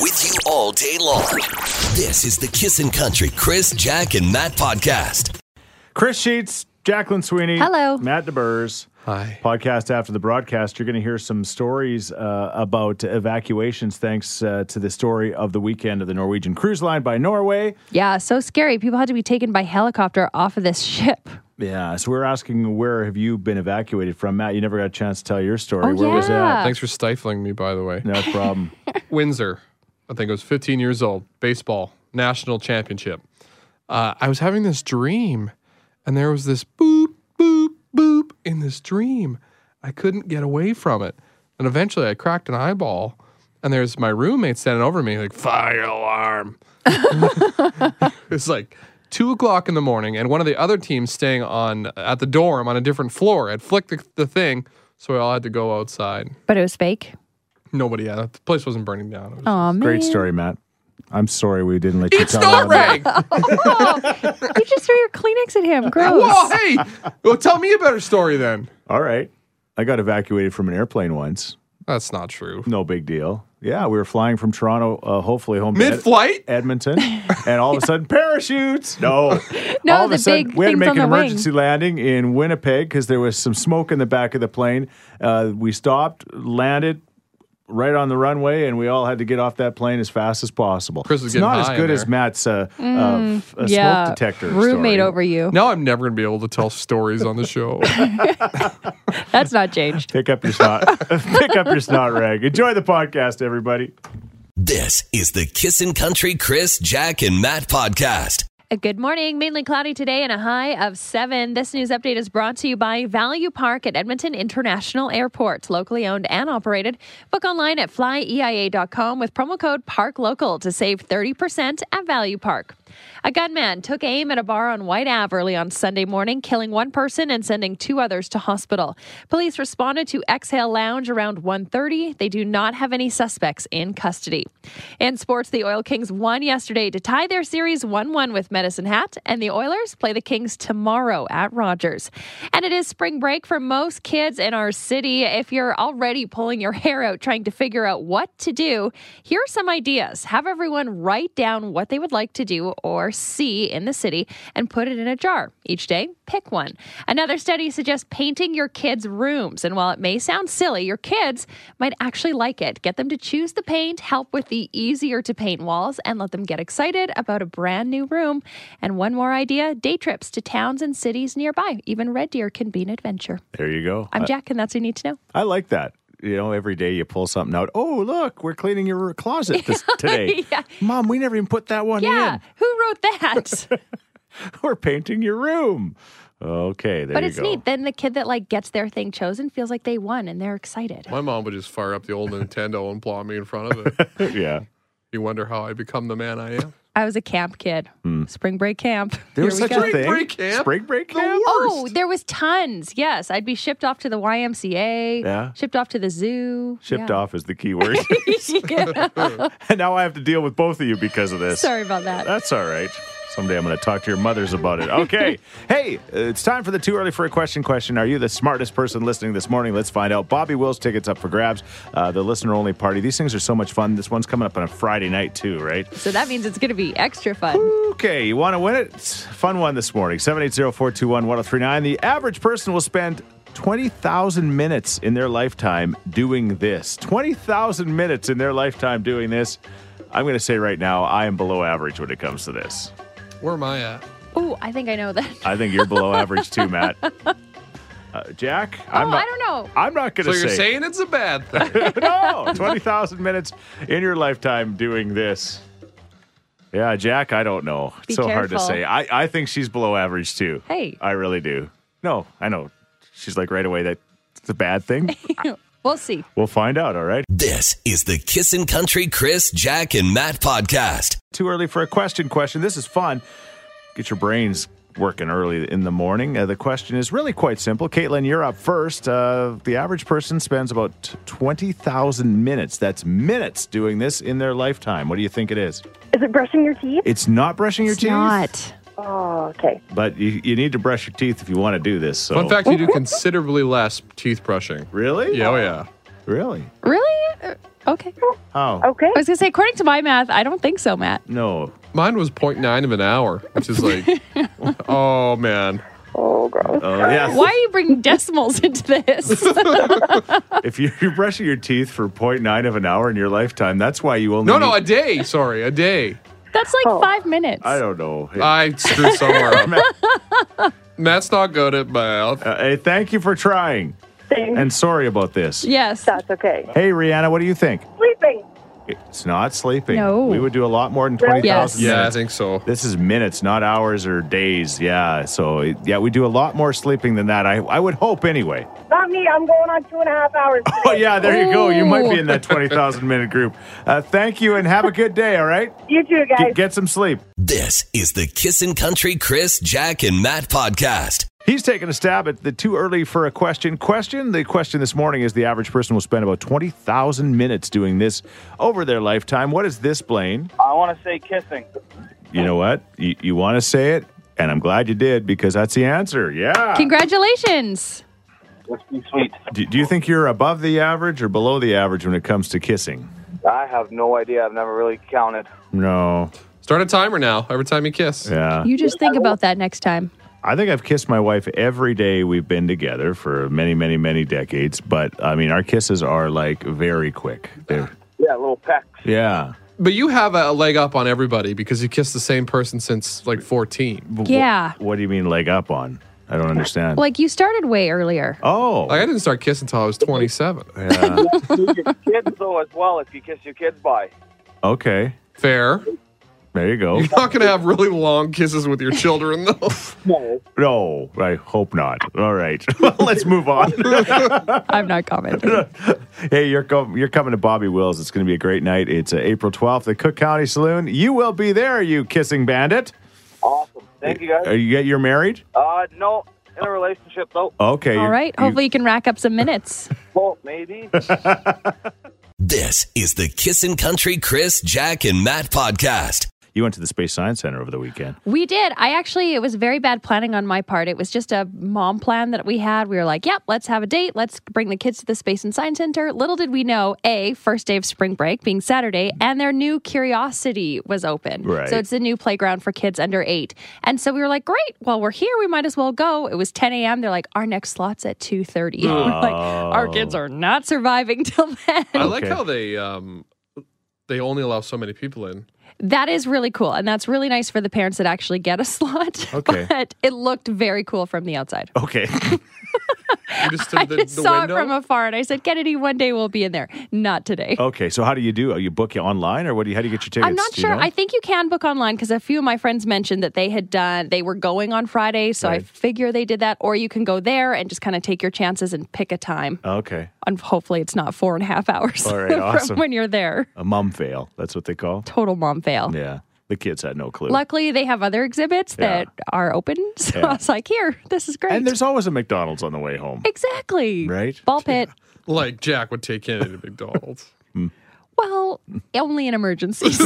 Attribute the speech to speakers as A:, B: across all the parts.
A: with you all day long. This is the Kissin' Country Chris, Jack, and Matt podcast.
B: Chris Sheets, Jacqueline Sweeney.
C: Hello.
B: Matt DeBurs.
D: Hi.
B: Podcast after the broadcast, you're going to hear some stories uh, about evacuations thanks uh, to the story of the weekend of the Norwegian cruise line by Norway.
C: Yeah, so scary. People had to be taken by helicopter off of this ship.
B: Yeah, so we're asking where have you been evacuated from? Matt, you never got a chance to tell your story.
C: Oh,
B: where was
C: yeah.
B: that?
D: Thanks for stifling me, by the way.
B: No problem.
D: Windsor, I think I was 15 years old, baseball, national championship. Uh, I was having this dream, and there was this boop, boop, boop in this dream. I couldn't get away from it. And eventually I cracked an eyeball, and there's my roommate standing over me, like, fire alarm. it's like two o'clock in the morning, and one of the other teams staying on at the dorm on a different floor had flicked the, the thing, so we all had to go outside.
C: But it was fake.
D: Nobody had it. The place wasn't burning down. It was
C: Oh, man.
B: Great story, Matt. I'm sorry we didn't let you
D: It's
B: tell
D: not
B: that.
D: right.
C: You just threw your Kleenex at him. Gross.
D: Well, hey, well, tell me a better story then.
B: All right. I got evacuated from an airplane once.
D: That's not true.
B: No big deal. Yeah, we were flying from Toronto, uh, hopefully home to Ed-
D: Mid-flight,
B: Edmonton, and all of a sudden parachutes. No,
C: No,
B: All of a
C: the
B: sudden,
C: big
B: we had to
C: things
B: make
C: on
B: an
C: the wing.
B: emergency landing in Winnipeg because there was some smoke in the back of the plane. Uh, we stopped, landed right on the runway, and we all had to get off that plane as fast as possible.
D: Chris was
B: it's
D: getting
B: not as
D: high in
B: good as
D: there.
B: Matt's uh, uh, f- uh,
C: Mm, yeah.
B: smoke detector
C: Roommate
B: story.
C: over you.
D: now I'm never gonna be able to tell stories on the show.
C: That's not changed.
B: Pick up your snot. Pick up your snot rag. Enjoy the podcast, everybody.
A: This is the Kissin' Country Chris, Jack, and Matt podcast.
C: A good morning. Mainly cloudy today and a high of seven. This news update is brought to you by Value Park at Edmonton International Airport, locally owned and operated. Book online at E flyeia.com with promo code PARKLOCAL to save 30% at Value Park. A gunman took aim at a bar on White Ave early on Sunday morning, killing one person and sending two others to hospital. Police responded to Exhale Lounge around 1.30. They do not have any suspects in custody. In sports, the Oil Kings won yesterday to tie their series 1-1 with Medicine Hat, and the Oilers play the Kings tomorrow at Rogers. And it is spring break for most kids in our city. If you're already pulling your hair out trying to figure out what to do, here are some ideas. Have everyone write down what they would like to do or see in the city and put it in a jar. Each day, pick one. Another study suggests painting your kids' rooms. And while it may sound silly, your kids might actually like it. Get them to choose the paint, help with the easier to paint walls, and let them get excited about a brand new room. And one more idea day trips to towns and cities nearby. Even Red Deer can be an adventure.
B: There you go.
C: I'm Jack, and that's what you need to know.
B: I like that. You know, every day you pull something out. Oh, look, we're cleaning your closet this, today.
C: Yeah.
B: Mom, we never even put that one
C: Yeah,
B: in.
C: who wrote that?
B: We're painting your room. Okay, there
C: but
B: you
C: it's
B: go.
C: neat. Then the kid that like gets their thing chosen feels like they won and they're excited.
D: My mom would just fire up the old Nintendo and plot me in front of it.
B: yeah.
D: You wonder how I become the man I am.
C: I was a camp kid, spring break camp.
B: There
C: Here
B: was Hmm.
C: we
B: such
C: go.
B: a
D: Spring
B: thing.
D: break camp?
B: Spring break
D: The
B: camp.
C: Oh, there was tons. Yes, I'd be shipped off to the YMCA.
B: Yeah.
C: Shipped off to the zoo.
B: Shipped
C: yeah.
B: off is the key word.
C: Yeah.
B: and now I have to deal with both of you because of this.
C: Sorry about that.
B: That's all right. Someday I'm going to talk to your mothers about it. Okay. hey, uh, it's time for the too early for a question question. Are you the smartest person listening this morning? Let's find out. Bobby Wills tickets up for grabs. Uh, the listener only party. These things are so much fun. This one's coming up on a Friday night too, right?
C: So that means it's going to be extra fun.
B: Okay, you want to win it? It's a fun one this morning. 780-421-1039. The average person will spend 20,000 minutes in their lifetime doing this. 20,000 minutes in their lifetime doing this. I'm going to say right now, I am below average when it comes to this.
D: Where am I at?
C: Oh, I think I know that.
B: I think you're below average too, Matt. Uh, Jack, I'm
C: oh,
B: not,
C: I don't know.
B: I'm not going
D: So
B: to
D: you're
B: say.
D: saying it's a bad thing?
B: no, 20,000 Oh, minutes in your lifetime doing this. Yeah, Jack, I don't know. It's
C: Be
B: so hard to
C: careful.
B: say. I, I think she's below average too.
C: Hey.
B: I really do. No, I know. She's like right away that it's a bad thing.
C: We'll see.
B: we'll find out, all right?
A: This is the Kissin' Country Chris, Jack, and Matt podcast.
B: Too early for a question question. This is fun. Get your brains working early in the morning. Uh, the question is really quite simple. Caitlin, you're up first. Uh, the average person spends about 20,000 minutes. That's minutes doing this in their lifetime. What do you think it is?
E: Is it brushing your teeth?
B: It's not brushing your
C: It's
B: teeth,
C: not.
E: Oh, okay.
B: but you, you need to brush your teeth if you want to do this. So.
D: Fun fact: you do considerably less teeth brushing.
B: Really?
D: Yeah, oh yeah.
B: Really?
C: Really? Uh, Okay.
B: How?
E: Okay.
C: I was going to say, according to my math, I don't think so, Matt.
B: No.
D: Mine was 0.9 of an hour, which is like, oh man.
E: Oh, gross.
B: Oh, yeah.
C: Why are you bringing decimals into this?
B: If you- you're brushing your teeth for 0.9 of an hour in your lifetime, that's why you only.
D: No, no,
B: need-
D: a day. Sorry, a day.
C: That's like
E: Oh.
C: five minutes.
B: I don't know.
D: I Uh, screwed somewhere up. Matt's not good at math.
B: Uh, hey, thank you for trying,
E: Thanks.
B: and sorry about this.
C: Yes.
E: That's okay.
B: Hey, Rihanna, what do you think?
E: Sleeping.
B: It's not sleeping.
C: No.
B: We would do a lot more than 20,000
C: Yes.
D: Yeah, I
B: minutes.
D: think so.
B: This is minutes, not hours or days. Yeah. So, yeah, we do a lot more sleeping than that. I, I would hope anyway.
E: Not me. I'm going on two and a half hours.
B: Oh, yeah, there you go. You might be
C: Ooh.
B: in that 20,000 minute group. Uh, thank you and have a good day, all right?
E: You too, guys.
B: Get, get some sleep.
A: This is the Kissin' Country Chris, Jack, and Matt podcast.
B: He's taking a stab at the too early for a question question. The question this morning is the average person will spend about 20,000 minutes doing this over their lifetime. What is this, Blaine?
F: I want to say kissing.
B: You know what? You, you want to say it, and I'm glad you did because that's the answer. Yeah.
C: Congratulations.
F: Let's be sweet.
B: Do, do you think you're above the average or below the average when it comes to kissing?
F: I have no idea. I've never really counted.
B: No.
D: Start a timer now. Every time you kiss.
B: Yeah.
C: You just think about that next time.
B: I think I've kissed my wife every day we've been together for many, many, many decades. But I mean, our kisses are like very quick. They're-
F: Yeah, little pecks.
B: yeah.
D: But you have a leg up on everybody because you kissed the same person since like 14.
B: Wh-
C: Yeah.
B: What, do you mean leg up on? I don't understand.
C: Like you started way earlier.
B: oh.
D: Like I didn't start kissing until I was 27.
B: yeah.
F: You kiss kids though as well if you kiss your kids by.
B: Okay.
D: Fair.
B: There you go.
D: You're not going to have really long kisses with your children though.
F: No.
B: No, I hope not. All right. Well, let's move on.
C: I'm not commenting.
B: hey, you're co- you're coming to Bobby Wills. It's going to be a great night. It's uh, April 12th, the Cook County Saloon. You will be there, you kissing bandit.
F: Awesome. Thank you
B: Are
F: guys.
B: you you're married?
F: Uh, no, in a relationship though.
B: Okay.
C: All
B: you're-
C: right.
B: you-
C: Hopefully you can rack up some minutes.
F: Well, maybe.
A: This is the Kissin' Country Chris, Jack, and Matt podcast.
B: you went to the Space Science Center over the weekend.
C: We did. I actually, it was very bad planning on my part. It was just a mom plan that we had. We were like, yep, let's have a date. Let's bring the kids to the Space and Science Center. Little did we know, A, first day of spring break being Saturday, and their new Curiosity was open.
B: Right.
C: So it's a new playground for kids under eight. And so we were like, great, well, we're here. We might as well go. It was 10 a.m. They're like, our next slot's at 2.30. We're like,
B: Oh.
C: our kids are not surviving till then.
D: I like
B: Okay.
D: how they um they only allow so many people in.
C: That is really cool. And that's really nice for the parents that actually get a slot.
B: Okay.
C: But it looked very cool from the outside.
B: Okay.
D: You just stood at the,
C: I
D: the
C: saw
D: window.
C: it from afar and I said, Kennedy, one day we'll be in there. Not today.
B: okay. So how do you do? Are you book it online or what do you how do you get your tickets?
C: I'm
B: Do
C: not
B: Oh, you
C: sure.
B: know?
C: I think you can book online because a few of my friends mentioned that they had done, they were going on Friday. So I
B: Right.
C: figure they did that. Or you can go there and just kind of take your chances and pick a time.
B: Okay.
C: And hopefully it's not four and a half hours
B: All right,
C: from
B: awesome.
C: when you're there.
B: A mum fail. That's what they call.
C: Total mom fail.
B: Yeah. The kids had no clue.
C: Luckily, they have other exhibits
B: Yeah.
C: that are open. So
B: Yeah.
C: I was like, here, this is great.
B: and there's always a McDonald's on the way home.
C: Exactly.
B: Right?
C: Ball pit.
D: Like Jack would take Kennedy to McDonald's.
C: Well, only in emergencies.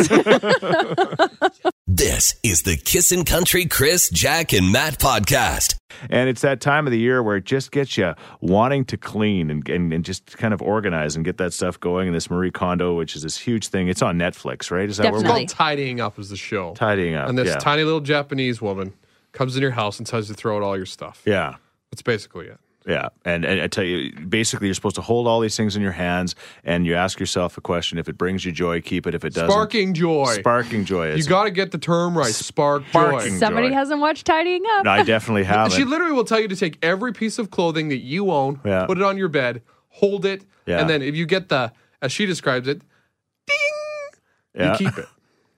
A: This is the Kissin' Country Chris, Jack, and Matt podcast.
B: And it's that time of the year where it just gets you wanting to clean and, and, and just kind of organize and get that stuff going. And this Marie Kondo, which is this huge thing, it's on Netflix, right? Is that where
D: It's
B: we're
C: Definitely.
D: called Tidying Up is the show.
B: tidying up?
D: and this
B: yeah.
D: tiny little Japanese woman comes in your house and tells you to throw out all your stuff.
B: yeah.
D: That's basically it.
B: Yeah, and, and I tell you, basically, you're supposed to hold all these things in your hands, and you ask yourself a question: if it brings you joy, keep it. If it doesn't,
D: Sparking joy.
B: sparking joy.
D: you
B: Is,
D: got to get the term right. Spark
B: Sparking.
D: joy.
C: Somebody
B: Enjoy.
C: hasn't watched Tidying Up.
B: I definitely have
D: She
B: it.
D: literally will tell you to take every piece of clothing that you own,
B: Yeah.
D: put it on your bed, hold it,
B: Yeah.
D: and then if you get the, as she describes it,
B: Yeah.
D: you keep it.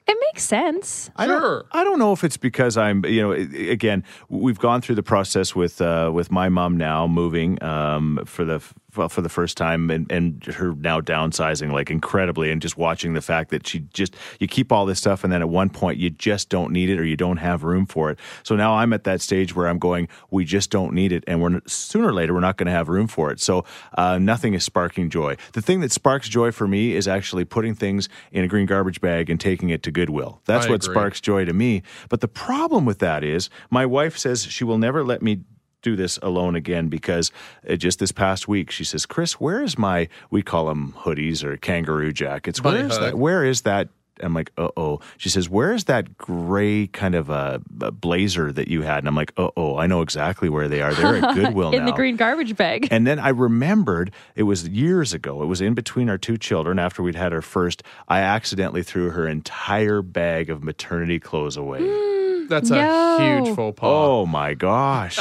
C: It makes sense.
B: I don't-
D: Sure.
B: I don't know if it's because I'm, you know, i- i- again, we've gone through the process with uh, with my mom now moving um, for the f- well, for the first time, and, and her now downsizing like incredibly, and just watching the fact that she just you keep all this stuff, and then at one point you just don't need it or you don't have room for it. So now I'm at that stage where I'm going, we just don't need it, and we're n- sooner or later we're not going to have room for it. So uh, nothing is sparking joy. The thing that sparks joy for me is actually putting things in a green garbage bag and taking it to Goodwill. That's
D: I
B: what
D: agree.
B: sparks sparks joy to me. But the problem with that is my wife says she will never let me do this alone again because uh, just this past week she says, Chris, where is my, we call them hoodies or kangaroo jackets.
D: Bunny
B: where is
D: hug.
B: that? Where is that? I'm like, uh oh. She says, Where is that gray kind of uh, b- blazer that you had? And I'm like, uh oh, I know exactly where they are. They're at Goodwill
C: in
B: now.
C: the green garbage bag.
B: And then I remembered it was years ago. It was in between our two children after we'd had our first. I accidentally threw her entire bag of maternity clothes away.
C: Mm.
D: That's
C: No.
D: a huge faux pas.
B: Oh my gosh.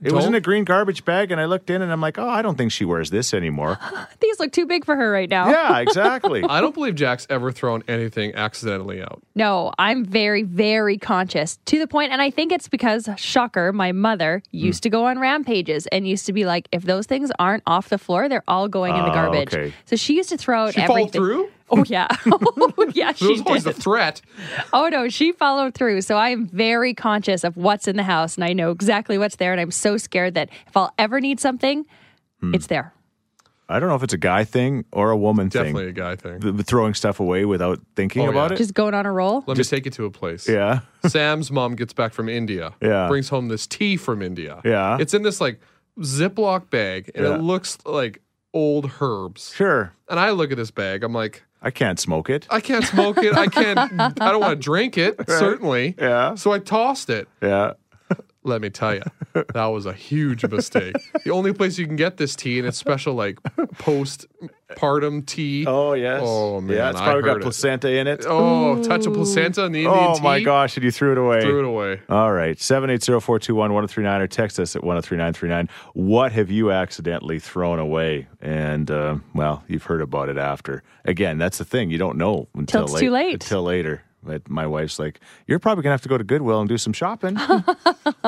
B: it was in
D: Uh, don't-
B: a green garbage bag, and I looked in and I'm like, oh, I don't think she wears this anymore.
C: These look too big for her right now.
B: yeah, exactly.
D: I don't believe Jack's ever thrown anything accidentally out.
C: No, I'm very, very conscious to the point, and I think it's because shocker, my mother
B: Hmm.
C: used to go on rampages and used to be like, if those things aren't off the floor, they're all going in the
B: Ah,
C: garbage.
B: okay.
C: So she used to throw out
D: She fall
C: everything.
D: through?
C: Oh yeah, oh, yeah,
D: There
C: she
D: was
C: did.
D: always the threat.
C: oh no, she followed through. So I am very conscious of what's in the house, and I know exactly what's there, and I'm so scared that if I'll ever need something, it's there.
B: I don't know if it's a guy thing or a woman
D: Definitely
B: thing.
D: a guy thing.
B: The- the throwing stuff away without thinking
D: Oh,
B: about
D: yeah.
B: it.
C: Just going on a roll.
D: Let me take you to a place.
B: yeah.
D: Sam's mom gets back from India.
B: Yeah.
D: Brings home this tea from India.
B: Yeah.
D: It's in this like Ziploc bag and
B: Yeah.
D: it looks like old herbs.
B: Sure.
D: And I look at this bag, I'm like,
B: I can't smoke it.
D: I can't smoke it. I can't I don't want to drink it, certainly.
B: Yeah.
D: So I tossed it.
B: Yeah.
D: Let me tell you, that was a huge mistake. the only place you can get this tea and it's special like postpartum tea.
B: Oh, yes.
D: Oh man.
B: Yeah, it's
D: I
B: probably
D: heard
B: got
D: it.
B: placenta in it.
D: Oh, touch of placenta in the Indian
B: Oh,
D: tea.
B: my gosh. And you threw it away.
D: Threw it away.
B: All right, 780 421 1039 or text us at 103939. What have you accidentally thrown away? And, uh, well, you've heard about it after. Again, that's the thing. You don't know until
C: it's too late.
B: Until later. But my wife's like, you're probably going to have to go to Goodwill and do some shopping.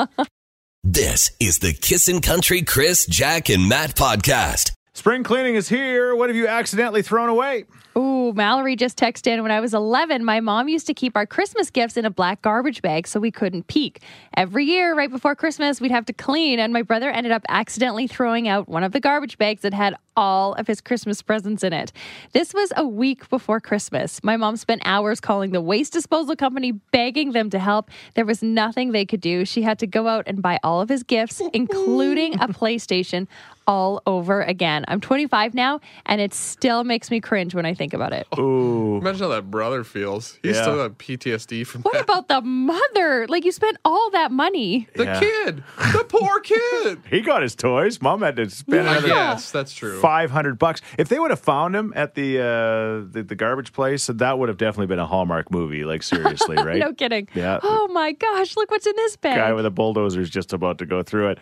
A: This is the Kissin' Country Chris, Jack, and Matt podcast.
B: Spring cleaning is here. What have you accidentally thrown away?
C: Ooh, Mallory just texted in when I was 11, my mom used to keep our Christmas gifts in a black garbage bag so we couldn't peek. Every year, right before Christmas, we'd have to clean, and my brother ended up accidentally throwing out one of the garbage bags that had all of his Christmas presents in it. This was a week before Christmas. My mom spent hours calling the waste disposal company, begging them to help. There was nothing they could do. She had to go out and buy all of his gifts, including a PlayStation, all over again. I'm 25 now, and it still makes me cringe when I think about it.
B: Oh. Ooh.
D: Imagine how that brother feels. He's
B: Yeah.
D: still got PTSD from
C: What
D: that.
C: about the mother? Like, you spent all that money.
D: the
B: Yeah.
D: kid, the poor kid.
B: He got his toys. Mom had to spend
D: I
B: another
D: guess that's true.
B: Five hundred bucks. If they would have found him at the, uh, the the garbage place, that would have definitely been a Hallmark movie. Like seriously, right?
C: No kidding.
B: Yeah.
C: Oh my gosh, look what's in this bag.
B: guy with a bulldozer is just about to go through it.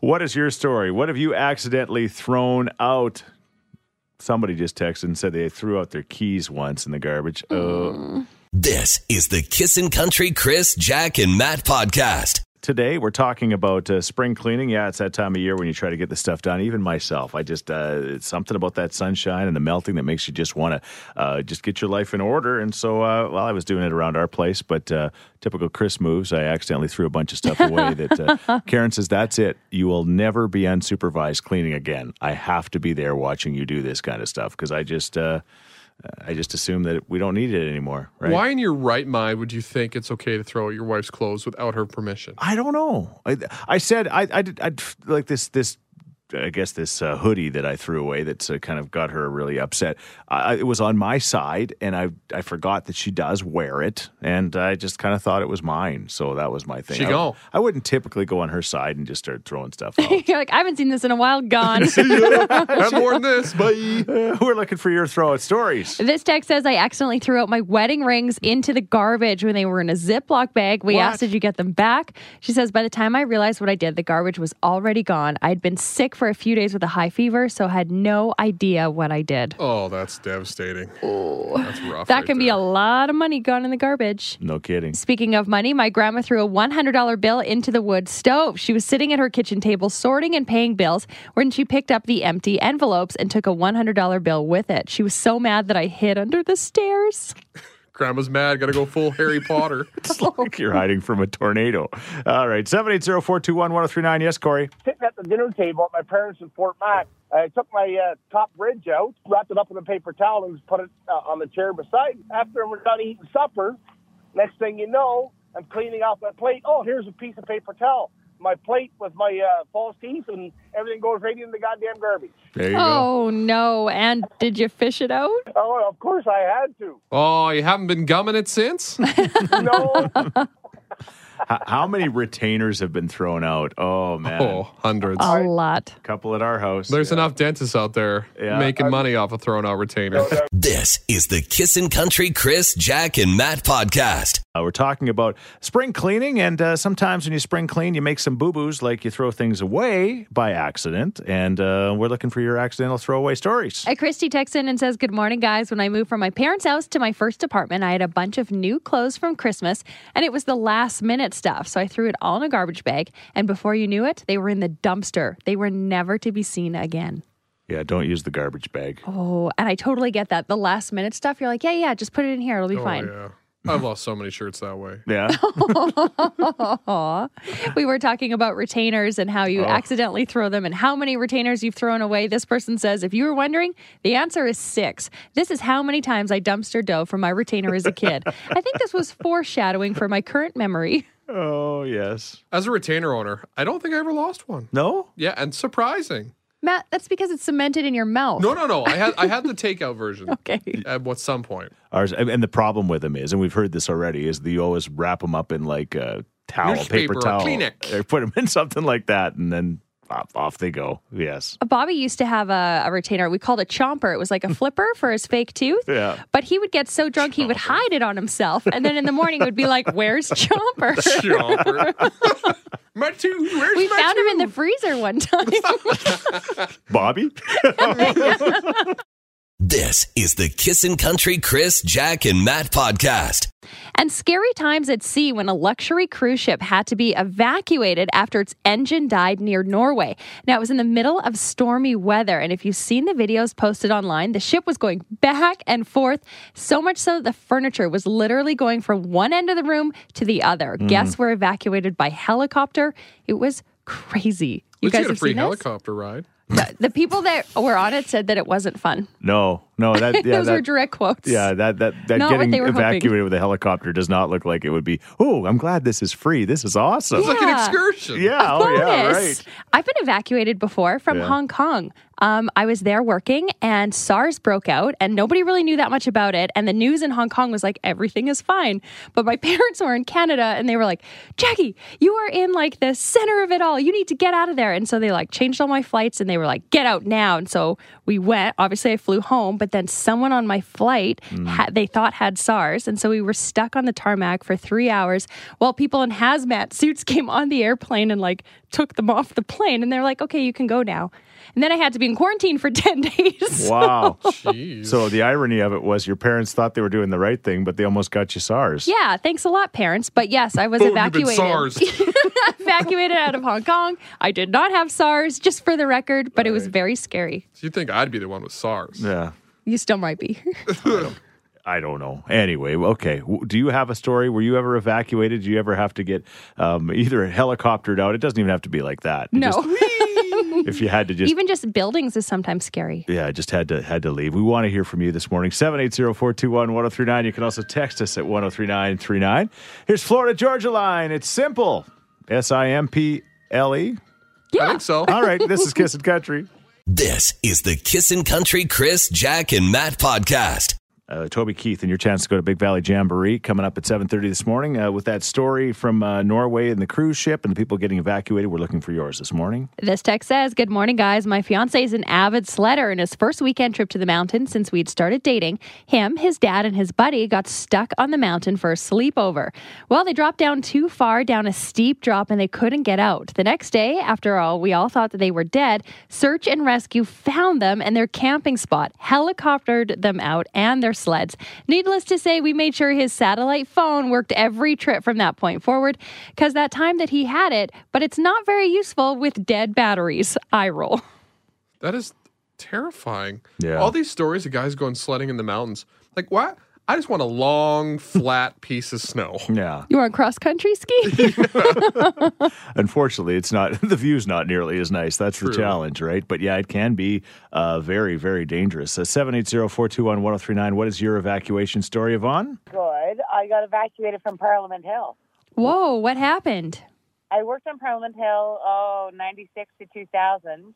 B: What is your story? What have you accidentally thrown out? Somebody just texted and said they threw out their keys once in the garbage.
D: Hmm.
B: Uh,
A: This is the Kissin' Country Chris, Jack, and Matt podcast.
B: today we're talking about uh, spring cleaning. Yeah, it's that time of year when you try to get the stuff done. Even myself, I just uh, it's something about that sunshine and the melting that makes you just want to uh, just get your life in order. And so, uh, well, I was doing it around our place, but uh, typical Chris moves. I accidentally threw a bunch of stuff away. that uh, Karen says, "That's it. You will never be unsupervised cleaning again. I have to be there watching you do this kind of stuff because I just." Uh, I just assume that we don't need it anymore, right?
D: Why in your right mind would you think it's okay to throw out your wife's clothes without her permission?
B: I don't know. I, I said I I did I'd, f- like this this I guess this uh, hoodie that I threw away that's uh, kind of got her really upset. I, I- it was on my side, and I I forgot that she does wear it, and I just kind of thought it was mine. So that was my thing.
D: She
B: I,
D: go.
B: I wouldn't typically go on her side and just start throwing stuff Eh, out.
C: You're like, I haven't seen this in a while. Gone.
D: I've worn this, bye.
B: Uh, We're looking for your throw out stories.
C: This text says I accidentally threw out my wedding rings into the garbage when they were in a Ziploc bag. We asked, Did you get them back? She says, By the time I realized what I did, the garbage was already gone. I'd been sick for a few days with a high fever, so had no idea what I did.
D: Oh, that's devastating. That's rough.
C: That
D: right
C: can be
D: there.
C: a lot of money gone in the garbage.
B: No kidding.
C: Speaking of money, my grandma threw a $100 bill into the wood stove. She was sitting at her kitchen table sorting and paying bills when she picked up the empty envelopes and took a $100 bill with it. She was so mad that I hid under the stairs.
D: Grandma's mad. Got to go full Harry Potter.
B: It's like you're hiding from a tornado. All right, 780-421-1039. Yes, Corey.
G: sitting at the dinner table at my parents in Fort Mac. I took my uh, top ridge out, wrapped it up in a paper towel, and put it uh, on the chair beside. me. After we're done eating supper, next thing you know, I'm cleaning off my plate. Oh, here's a piece of paper towel. my plate with my uh, false teeth, and everything goes right into the goddamn garbage.
B: There you go.
C: Oh no! And did you fish it out?
G: Oh, of course I had to.
D: Oh, you haven't been gumming it since?
G: No,
B: H- how many retainers have been thrown out? Oh man,
D: oh, hundreds.
C: A lot.
B: couple at our house.
D: There's
B: Yeah.
D: enough dentists out there
B: Yeah.
D: making money off of throwing out retainers.
A: This is the Kissin' Country Chris, Jack, and Matt podcast.
B: Uh, we're talking about spring cleaning, and uh, sometimes when you spring clean, you make some boo boos, like you throw things away by accident. And uh, we're looking for your accidental throwaway stories.
C: Uh, Christy texts in and says, Good morning, guys. When I moved from my parents' house to my first apartment, I had a bunch of new clothes from Christmas, and it was the last minute stuff. So I threw it all in a garbage bag. And before you knew it, they were in the dumpster. They were never to be seen again.
B: Yeah, don't use the garbage bag.
C: Oh, and I totally get that. The last minute stuff, you're like, Yeah, yeah, just put it in here. It'll be
D: Oh,
C: fine.
D: yeah. I've lost so many shirts that way.
B: Yeah.
C: Aw. We were talking about retainers and how
D: Oh.
C: you accidentally throw them and how many retainers you've thrown away. This person says, if you were wondering, the answer is six. This is how many times I dumpster dove from my retainer as a kid. I think this was foreshadowing for my current memory.
B: oh yes.
D: As a retainer owner, I don't think I ever lost one.
B: No.
D: Yeah, and surprising.
C: Matt, that's because it's cemented in your mouth.
D: No, no, no. I had I had the takeout version
C: Okay.
D: at what some point.
B: Ours, and and the problem with them is, and we've heard this already, is that you always wrap them up in like a towel,
D: Newspaper
B: paper
D: or
B: towel,
D: Kleenex.
B: or put them in something like that, and then off, off they go. Yes.
C: Bobby used to have a, a retainer. We called it chomper. It was like a flipper for his fake tooth.
B: Yeah.
C: But he would get so drunk he would hide it on himself. And then in the morning, it would be like, Where's Chomper?
D: Chomper. my tooth. Where's
C: We
D: my
C: found him in the
D: tooth?
C: freezer one time.
B: Bobby.
A: This is the Kissin' Country Chris, Jack, and Matt podcast.
C: And scary times at sea when a luxury cruise ship had to be evacuated after its engine died near Norway. Now, it was in the middle of stormy weather. And if you've seen the videos posted online, the ship was going back and forth, so much so that the furniture was literally going from one end of the room to the other.
D: Mm-hmm.
C: Guests were evacuated by helicopter. It was crazy. You
D: Let's
C: guys
D: get a
C: have
D: free
C: seen this?
D: helicopter ride.
C: The, the people that were on it said that it wasn't fun.
B: No. No. That. Yeah.
C: Those
B: that,
C: were direct quotes.
B: yeah, that that that
C: Not what
B: getting
C: they were hoping.
B: evacuated with a helicopter does not look like it would be. Oh, I'm glad this is free. This is awesome.
D: It's like an
C: Yeah.
D: excursion.
B: Yeah, oh yeah,
C: bonus.
B: right.
C: I've been evacuated before from
B: Yeah.
C: Hong Kong. Um, I was there working and SARS broke out and nobody really knew that much about it. And the news in Hong Kong was like, everything is fine. But my parents were in Canada and they were like, Jackie, you are in like the center of it all. You need to get out of there. And so they like changed all my flights and they were like, get out now. And so we went. Obviously, I flew home, but then someone on my flight
D: Hmm.
C: had, they thought had SARS. And so we were stuck on the tarmac for three hours while people in hazmat suits came on the airplane and like took them off the plane. And they're like, okay, you can go now. And then I had to be in quarantine for 10 days.
B: Wow.
D: Jeez.
B: So the irony of it was your parents thought they were doing the right thing, but they almost got you SARS.
C: Yeah, thanks a lot, parents. But yes, I was
D: Boom, you've been
C: evacuated.
D: SARS.
C: evacuated out of Hong Kong. I did not have SARS, just for the record, but it was very scary.
D: you think I'd be the one with SARS?
B: Yeah.
C: You still might be.
B: I don't know. Anyway, okay. W- Do you have a story? Were you ever evacuated? Do you ever have to get um, either helicoptered out? It doesn't even have to be like that. You
C: No.
B: just- if you had to just
C: Even just buildings is sometimes scary.
B: Yeah, I just had to had to leave. We want to hear from you this morning. 780-421-1039. You can also text us at 103939. Here's Florida Georgia line. It's simple. S I M P L E.
D: I think so.
B: All right, this is Kissing Country.
A: This is the Kissin' Country Chris, Jack, and Matt podcast.
B: Uh, Toby Keith and your chance to go to Big Valley Jamboree coming up at 7:30 this morning uh, with that story from uh, Norway and the cruise ship and the people getting evacuated. We're looking for yours this morning.
C: This text says, Good morning, guys. My fiance is an avid sledder, and his first weekend trip to the mountain since we'd started dating, him, his dad, and his buddy got stuck on the mountain for a sleepover. Well, they dropped down too far down a steep drop and they couldn't get out. The next day, after all, we all thought that they were dead. Search and rescue found them and their camping spot, helicoptered them out and their sleds. Needless to say, we made sure his satellite phone worked every trip from that point forward because that time that he had it, but it's not very useful with dead batteries. I roll.
D: That is terrifying.
B: Yeah.
D: All these stories of guys going sledding in the mountains. Like, what? I just want a long, flat piece of snow.
B: Yeah.
C: You want cross country ski?
B: Unfortunately, it's not the view's not nearly as nice. That's the
D: True.
B: challenge, right? But yeah, it can be uh, very, very dangerous. Uh, 780-421-1039. What is your evacuation story, Yvonne?
E: Good. I got evacuated from Parliament Hill.
C: Whoa, what happened?
H: I worked on Parliament Hill, oh, 96 to 2000,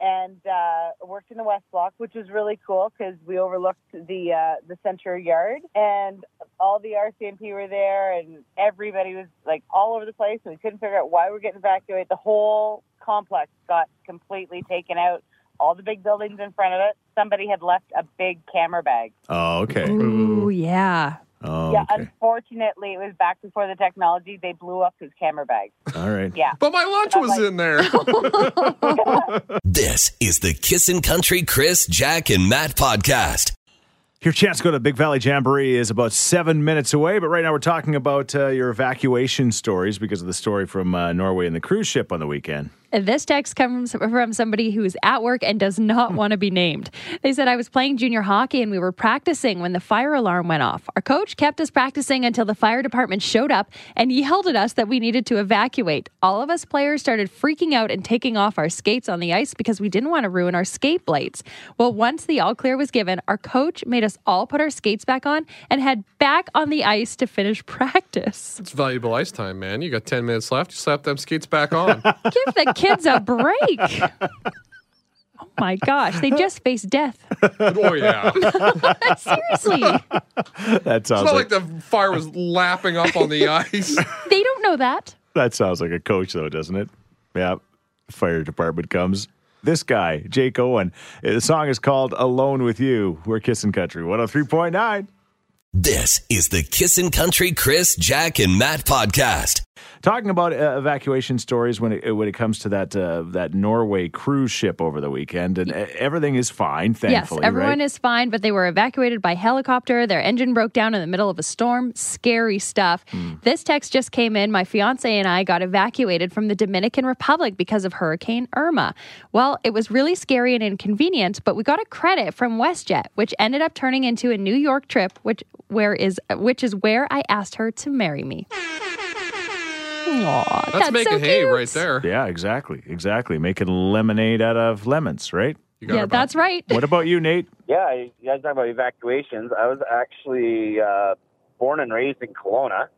H: and uh, worked in the West Block, which was really cool because we overlooked the uh, the Century Yard, and all the RCMP were there, and everybody was like all over the place, and we couldn't figure out why we were getting evacuated. The whole complex got completely taken out. All the big buildings in front of it, somebody had left a big camera bag.
B: Oh, okay.
C: Ooh, yeah.
B: Oh,
H: yeah,
B: okay.
H: unfortunately, it was back before the technology. They blew up his camera bag.
B: All right.
H: Yeah.
D: But my lunch was in there.
C: oh,
A: This is the Kissin' Country Chris, Jack, and Matt podcast.
B: Your chance to go to Big Valley Jamboree is about seven minutes away, but right now we're talking about uh, your evacuation stories because of the story from uh, Norway and the cruise ship on the weekend.
C: This text comes from somebody who's at work and does not want to be named. They said, I was playing junior hockey and we were practicing when the fire alarm went off. Our coach kept us practicing until the fire department showed up and yelled at us that we needed to evacuate. All of us players started freaking out and taking off our skates on the ice because we didn't want to ruin our skate blades. Well, once the all clear was given, our coach made us all put our skates back on and head back on the ice to finish practice.
D: it's valuable ice time, man. You got 10 minutes left. You slap them skates back on.
C: Give the kids a break. Oh my gosh, they just faced death.
D: oh, yeah. It's
C: Seriously,
B: That sounds
D: not like
B: like,
D: the fire was lapping up on the ice.
C: they don't know that.
B: that sounds like a coach though, doesn't it? Yeah. Fire department comes. This guy, Jake Owen. eh, The song is called "Alone with You." We're Kissin' Country 103.9.
A: This is the Kissin' Country Chris, Jack, and Matt podcast.
B: Talking about uh, evacuation stories when it when it comes to that uh, that Norway cruise ship over the weekend, and uh, everything is fine, thankfully.
C: yes, everyone
B: right?
C: is fine, but they were evacuated by helicopter. Their engine broke down in the middle of a storm. Scary stuff. This text just came in. My fiance and I got evacuated from the Dominican Republic because of Hurricane Irma. Well, it was really scary and inconvenient, but we got a credit from WestJet, which ended up turning into a New York trip, which where is which is where I asked her to marry me. Aw,
D: That's, making
C: so
D: hay
C: cute.
D: right there.
B: Yeah, exactly, exactly. Making lemonade out of lemons, right?
D: You got
C: Yeah,
D: her back.
C: that's right.
B: What about you, Nate?
F: Yeah, you guys talk about evacuations. I was actually uh, born and raised in Kelowna,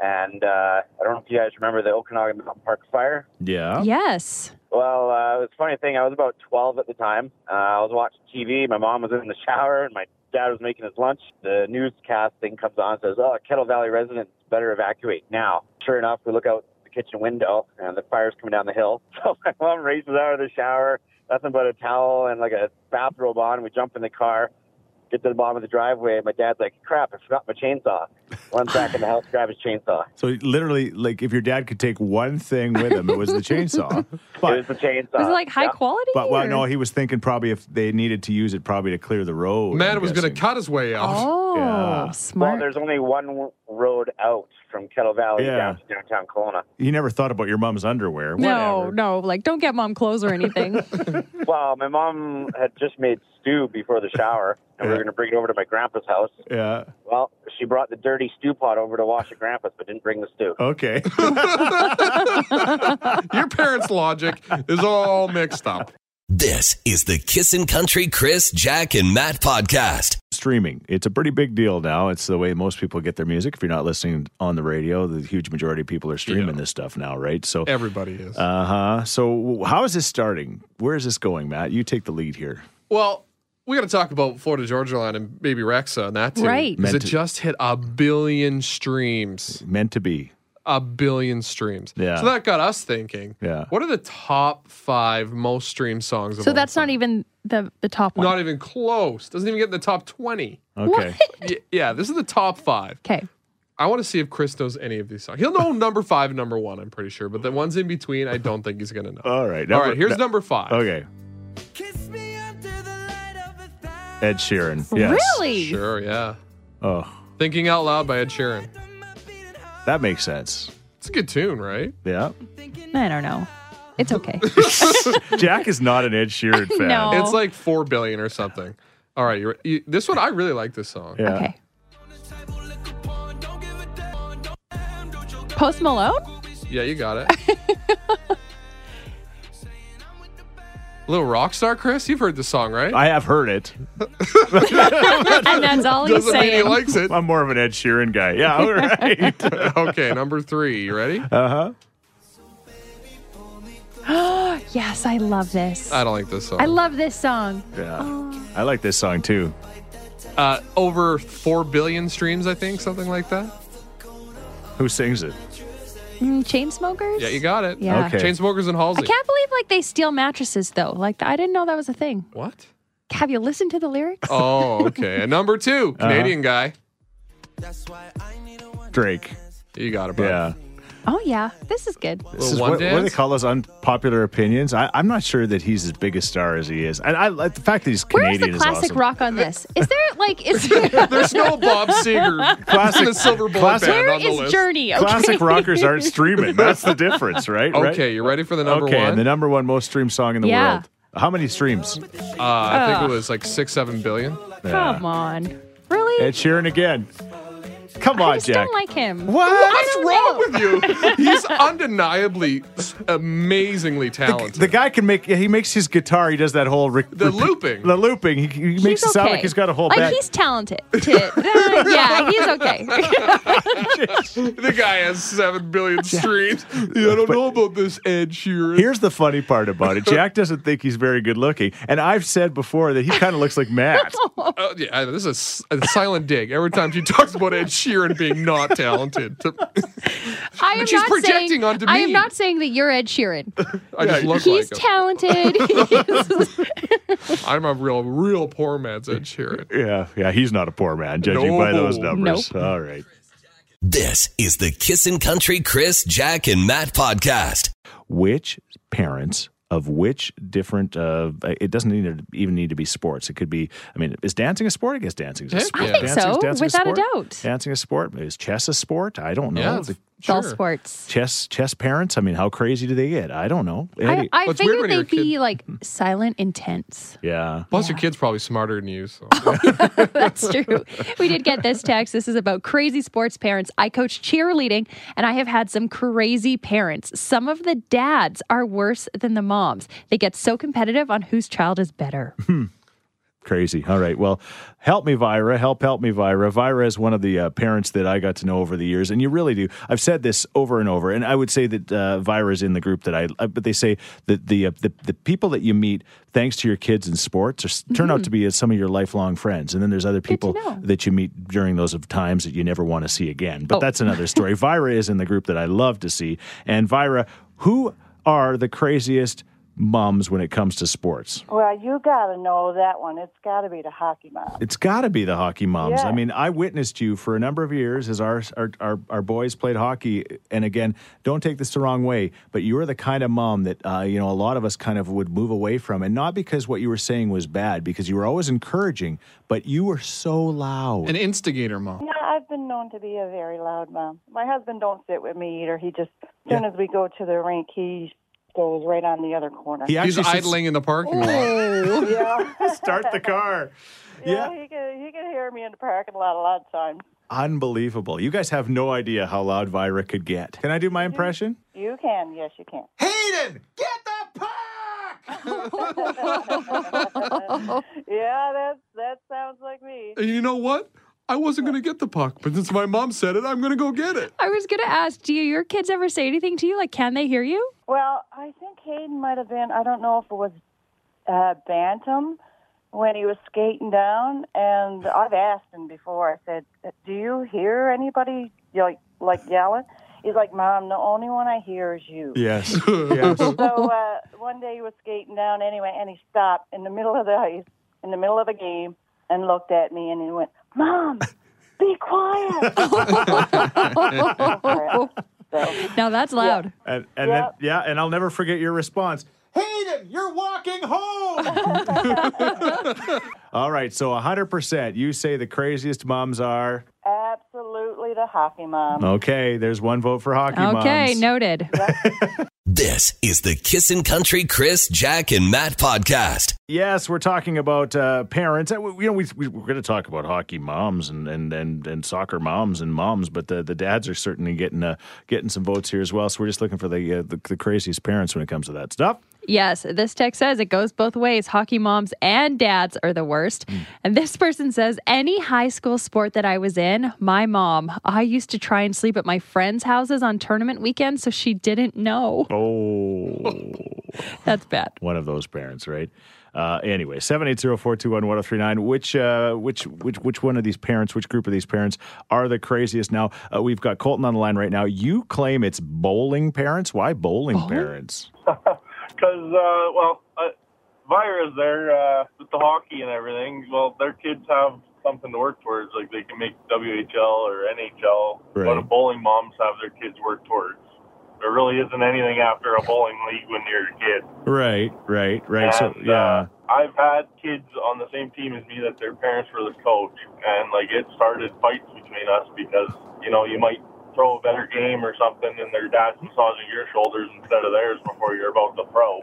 F: and uh, I don't know if you guys remember the Okanagan Mountain Park fire.
B: Yeah.
C: Yes.
F: Well, uh, it's a funny thing. I was about 12 at the time. Uh, I was watching TV. My mom was in the shower, and my dad was making his lunch. The newscast thing comes on and says, Oh, Kettle Valley residents better evacuate now. Sure enough, we look out the kitchen window, and the fire's coming down the hill. So my mom races out of the shower, nothing but a towel and like a bathrobe on. We jump in the car, get to the bottom of the driveway, and my dad's like, Crap, I forgot my chainsaw. Runs back in the house, grabs his chainsaw.
B: So literally, like, if your dad could take one thing with him, it was the chainsaw.
F: it was
B: But
F: the chainsaw.
C: Was it like high
F: Yeah.
C: quality?
B: but well,
C: or-
B: no, he was thinking probably if they needed to use it, probably to clear the road.
D: Matt
B: I'm
D: was going
B: guessing.
D: to cut his way out.
C: Oh,
B: Yeah.
F: Well,
C: smart.
F: there's only one road out from Kettle Valley
B: Yeah.
F: down to downtown Kelowna.
B: He never thought about your mom's underwear.
C: no,
B: Whatever.
C: no, like don't get mom clothes or anything.
F: Well, my mom had just made stew before the shower, and we were
B: Yeah.
F: going to bring it over to my grandpa's house.
B: Yeah.
F: Well, she brought the dirty stew pot over to wash at grandpa's, but didn't bring the stew.
B: Okay.
D: Your parents' logic is all mixed up.
A: This is the Kissin' Country Chris, Jack, and Matt podcast.
B: Streaming. It's a pretty big deal now. It's the way most people get their music. If you're not listening on the radio, the huge majority of people are streaming this stuff now, right? So,
D: Everybody is.
B: uh huh. So, how is this starting? Where is this going, Matt? You take the lead here.
D: Well, we got to talk about Florida Georgia Line and Baby Rexa and that too.
C: Right.
D: Because it
B: Meant to-
D: just hit a billion streams.
B: Meant to be.
D: A billion streams.
B: Yeah.
D: So that got us thinking.
B: Yeah.
D: What are the top five most streamed songs? Of
C: so
D: all
C: that's
D: time?
C: not even the the top one.
D: Not even close. Doesn't even get in the top twenty.
B: Okay.
D: Y- yeah. This is the top five.
C: okay.
D: I want to see if Chris knows any of these songs. He'll know number five and number one, I'm pretty sure, but the ones in between, I don't think he's gonna know.
B: All right.
D: all right, here's number five.
B: Uh, Okay. Ed Sheeran. Yes.
C: Really?
D: Sure, yeah.
B: Oh,
D: Thinking Out Loud by Ed Sheeran.
B: that makes sense.
D: It's a good tune, right?
B: Yeah.
C: I don't know. It's okay.
B: Jack is not an Ed Sheeran fan.
C: No.
D: It's like four billion or something. All right, you're, you, this one I really like this song.
B: Yeah.
C: Okay. Post Malone?
D: Yeah, you got it. Little Rockstar, Chris. You've heard this song, right?
B: I have heard it.
C: And that's all he's
D: Doesn't mean he
C: saying.
D: likes it.
B: I'm more of an Ed Sheeran guy. Yeah. All right.
D: okay, number three. You ready?
B: Uh huh.
C: yes, I love this.
D: I don't like this song.
C: I love this song.
B: Yeah. I like this song too.
D: uh, over four billion streams, I think, something like that.
B: Who sings it?
C: Mm, Chainsmokers?
D: Yeah, you got it.
C: Yeah.
B: Okay.
D: Chainsmokers and Halsey.
C: I can't believe like they steal mattresses though. Like I didn't know that was a thing.
D: What?
C: Have you listened to the lyrics?
D: Oh, okay. And number two,
B: Uh-huh.
D: Canadian guy.
B: Drake.
D: You got it, bro.
B: Yeah.
C: Oh yeah, this is good.
B: This
D: one
B: is what, what do they
D: dance?
B: call those unpopular opinions? I, I'm not sure that he's as big a star as he is, and I like the fact that he's
C: Where's
B: Canadian
C: the classic
B: is awesome.
C: rock on this? Is there like is there,
D: There's no Bob Seger
B: Classic-
D: classic the silver bullet
B: classic-
D: band
C: where
D: on the
C: is
D: list.
C: Journey? Okay.
B: Classic rockers aren't streaming. That's the difference, right? Right?
D: Okay, you ready for the number
B: okay,
D: one?
B: and the number one most streamed song in the
C: Yeah.
B: world. How many streams?
D: uh, I think it was like six, seven billion.
C: Come on, really?
B: Ed Sheeran again. Come
C: I
B: on,
C: just
B: Jack.
C: don't like him.
B: what?
D: What's wrong with you? He's undeniably, s- amazingly talented.
B: The guy can make. He makes his guitar. He does that whole re-
D: The
B: repeat-
D: looping.
B: The looping. He, he makes
C: He's
B: it sound like
C: okay.
B: he's got a whole
C: Like
B: back.
C: he's talented. uh, yeah, he's okay.
D: The guy has seven billion streams. Yeah, I don't know about this Ed Sheeran.
B: Here's the funny part about it. Jack doesn't think he's very good looking, and I've said before that he kind of looks like Matt.
D: Oh, yeah, I- this is a s- a, silent dig. Every time she talks about Ed Sheeran being not talented, To-
C: I am
D: But she's
C: not
D: projecting
C: saying,
D: onto
C: I am
D: me.
C: not saying that you're Ed Sheeran.
D: I just look
C: He's
D: like him.
C: talented.
D: I'm a real, real poor man's Ed Sheeran.
B: Yeah, yeah, he's not a poor man, judging by those
D: No.
B: numbers. All right.
A: This is the Kissin' Country Chris, Jack, and Matt podcast.
B: Which parents of which different? Uh, it doesn't even even need to be sports. It could be. I mean, is dancing a sport? I guess dancing is a
D: Yeah.
B: sport.
D: I think
B: Dancing is-
C: so,
B: dancing
C: without a
B: sport?
C: doubt.
B: Dancing a sport is chess a sport? I don't know.
D: Yeah,
B: The
D: it's-
C: It's all
D: sure.
C: sports.
B: chess chess parents. I mean, how crazy do they get? I don't know.
C: I,
B: Eddie-
C: I
D: Well, it's weird
C: figured
D: when you're a
C: they'd be like silent, intense.
B: yeah.
D: Plus, your kid's probably smarter than you. So.
C: That's true. We did get this text. This is about crazy sports parents. I coach cheerleading and I have had some crazy parents. Some of the dads are worse than the moms. They get so competitive on whose child is better.
B: Crazy. All right. Well, help me, Vira. Help, help me, Vira. Vira is one of the uh, parents that I got to know over the years, and you really do. I've said this over and over, and I would say that uh, Vira is in the group that I. Uh, but they say that the, uh, the the people that you meet thanks to your kids in sports are, s- turn out to be uh, some of your lifelong friends, and then there's other people
C: know.
B: that you meet during those of times that you never want to see again. But that's another story. Vira is in the group that I love to see, and Vira, who are the craziest moms when it comes to sports?
E: Well, you got to know that one. It's got to be the hockey mom.
B: It's got to be the hockey moms.
E: Yeah.
B: I mean, I witnessed you for a number of years as our, our our our boys played hockey. And again, don't take this the wrong way, but you were the kind of mom that uh, you know a lot of us kind of would move away from, and not because what you were saying was bad, because you were always encouraging, but you were so loud.
D: An instigator mom.
E: Yeah, I've been known to be a very loud mom. My husband don't sit with me either. He just, as soon as we go to the rink, he goes right on the other corner.
B: he
D: He's
B: actually should
D: idling in the parking lot.
E: yeah,
B: Start the car.
E: yeah,
B: Yeah.
E: he can he can hear me in the parking lot a lot of times.
B: Unbelievable. You guys have no idea how loud Vira could get. Can I do my impression?
E: You can, yes, you can. Yeah, that that sounds like me.
D: And you know what? I wasn't going to get the puck, but since my mom said it, I'm going to go get it.
C: I was going to ask, do your kids ever say anything to you? Like, can they hear you?
E: Well, I think Hayden might have been. I don't know if it was uh, Bantam when he was skating down, and I've asked him before. I said, "Do you hear anybody like like yelling?" He's like, "Mom, the only one I hear is you."
B: Yes. yes.
E: So uh, one day he was skating down anyway, and he stopped in the middle of the ice, in the middle of a game, and looked at me, and he went, "Mom, be quiet." so,
C: Now that's loud.
B: And, and
E: Yep.
B: then, yeah, and I'll never forget your response. Hayden, you're walking home. All right, so 100%. You say the craziest moms are.
E: absolutely the hockey mom.
B: Okay, there's one vote for hockey moms.
C: Okay, noted.
A: This is the Kissin' Country Chris, Jack, and Matt podcast.
B: Yes, we're talking about uh, parents. Uh, we- You know, we, we, we're going to talk about hockey moms and, and, and, and soccer moms and moms, but the, the dads are certainly getting uh, getting some votes here as well. So we're just looking for the, uh, the the craziest parents when it comes to that stuff.
C: Yes, this text says it goes both ways. Hockey moms and dads are the worst. And this person says any high school sport that I was in, my mom, I used to try and sleep at my friends' houses on tournament weekends, so she didn't know.
B: Oh,
C: That's bad.
B: one of those parents, right? Uh, anyway, 780-421-1039. Which, uh, which, which, which one of these parents, which group of these parents are the craziest? Now, uh, we've got Colton on the line right now. You claim it's bowling parents. Why bowling parents?
I: Because, uh, well, uh, Vira's there uh, with the hockey and everything. Well, their kids have something to work towards. Like, they can make WHL or NHL.
B: Right.
I: But a bowling moms have their kids work towards. There really isn't anything after a bowling league when you're a kid.
B: Right, right, right. So,
I: And,
B: yeah.
I: Uh, I've had kids on the same team as me that their parents were the coach, and like it started fights between us because you know you might throw a better game or something, and their dad's massaging your shoulders instead of theirs before you're about to throw.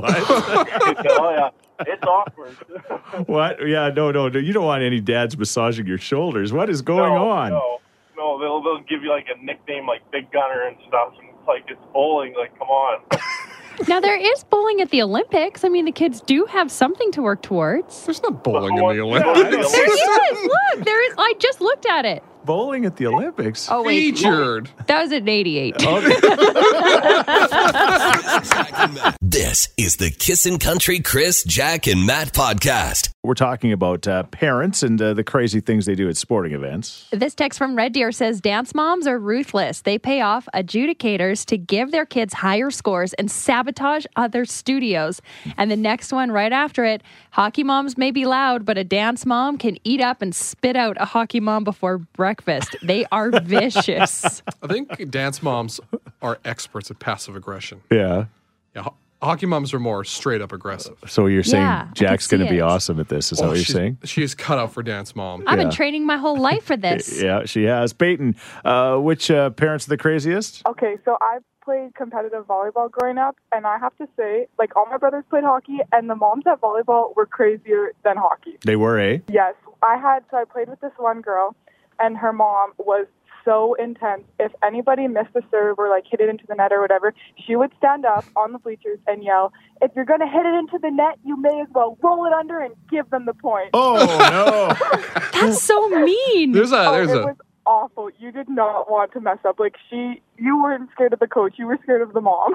B: what?
I: oh yeah, it's awkward.
B: what? Yeah, no, no, no. You don't want any dads massaging your shoulders. What is going
I: no,
B: on?
I: No, no, they'll they'll give you like a nickname like Big Gunner and stuff, and it's like it's bowling. Like come on.
C: Now, there is bowling at the Olympics. I mean, the kids do have something to work towards.
D: There's not bowling in
I: Well,
D: the
I: yeah,
D: Olympics.
I: I
C: There is. Look, there is. I just looked at it.
B: Bowling at the Olympics.
C: Oh, wait.
D: Featured.
C: That was an 88.
B: Oh.
A: Jack and Matt. This is the Kissin' Country Chris, Jack, and Matt podcast.
B: We're talking about uh, parents and uh, the crazy things they do at sporting events.
C: This text from Red Deer says dance moms are ruthless. They pay off adjudicators to give their kids higher scores and sabotage other studios. And the next one right after it hockey moms may be loud, but a dance mom can eat up and spit out a hockey mom before breakfast. They are vicious.
D: I think dance moms are experts at passive aggression.
B: Yeah.
D: Yeah, ho- hockey moms are more straight up aggressive.
B: So you're saying
C: Yeah, I can
B: Jack's going to
C: see
B: be
C: it.
B: awesome at this? Is
J: Oh,
B: that what you're
D: she's,
B: saying?
D: She's cut out for dance mom.
C: I've
B: Yeah.
C: been training my whole life for this.
B: Yeah, she has. Peyton, uh, which uh, parents are the craziest?
J: Okay, so I played competitive volleyball growing up, and I have to say, like, all my brothers played hockey, and the moms at volleyball were crazier than hockey.
B: They were eh? a.
J: Yes, I had, so I played with this one girl, and her mom was so intense. If anybody missed a serve or, like, hit it into the net or whatever, she would stand up on the bleachers and yell, If you're going to hit it into the net, you may as well roll it under and give them the point.
B: Oh, no.
C: That's so mean.
D: There's a
J: Oh,
D: there's
J: it
D: a
J: was awful. You did not want to mess up. Like, she, you weren't scared of the coach, you were scared of the mom.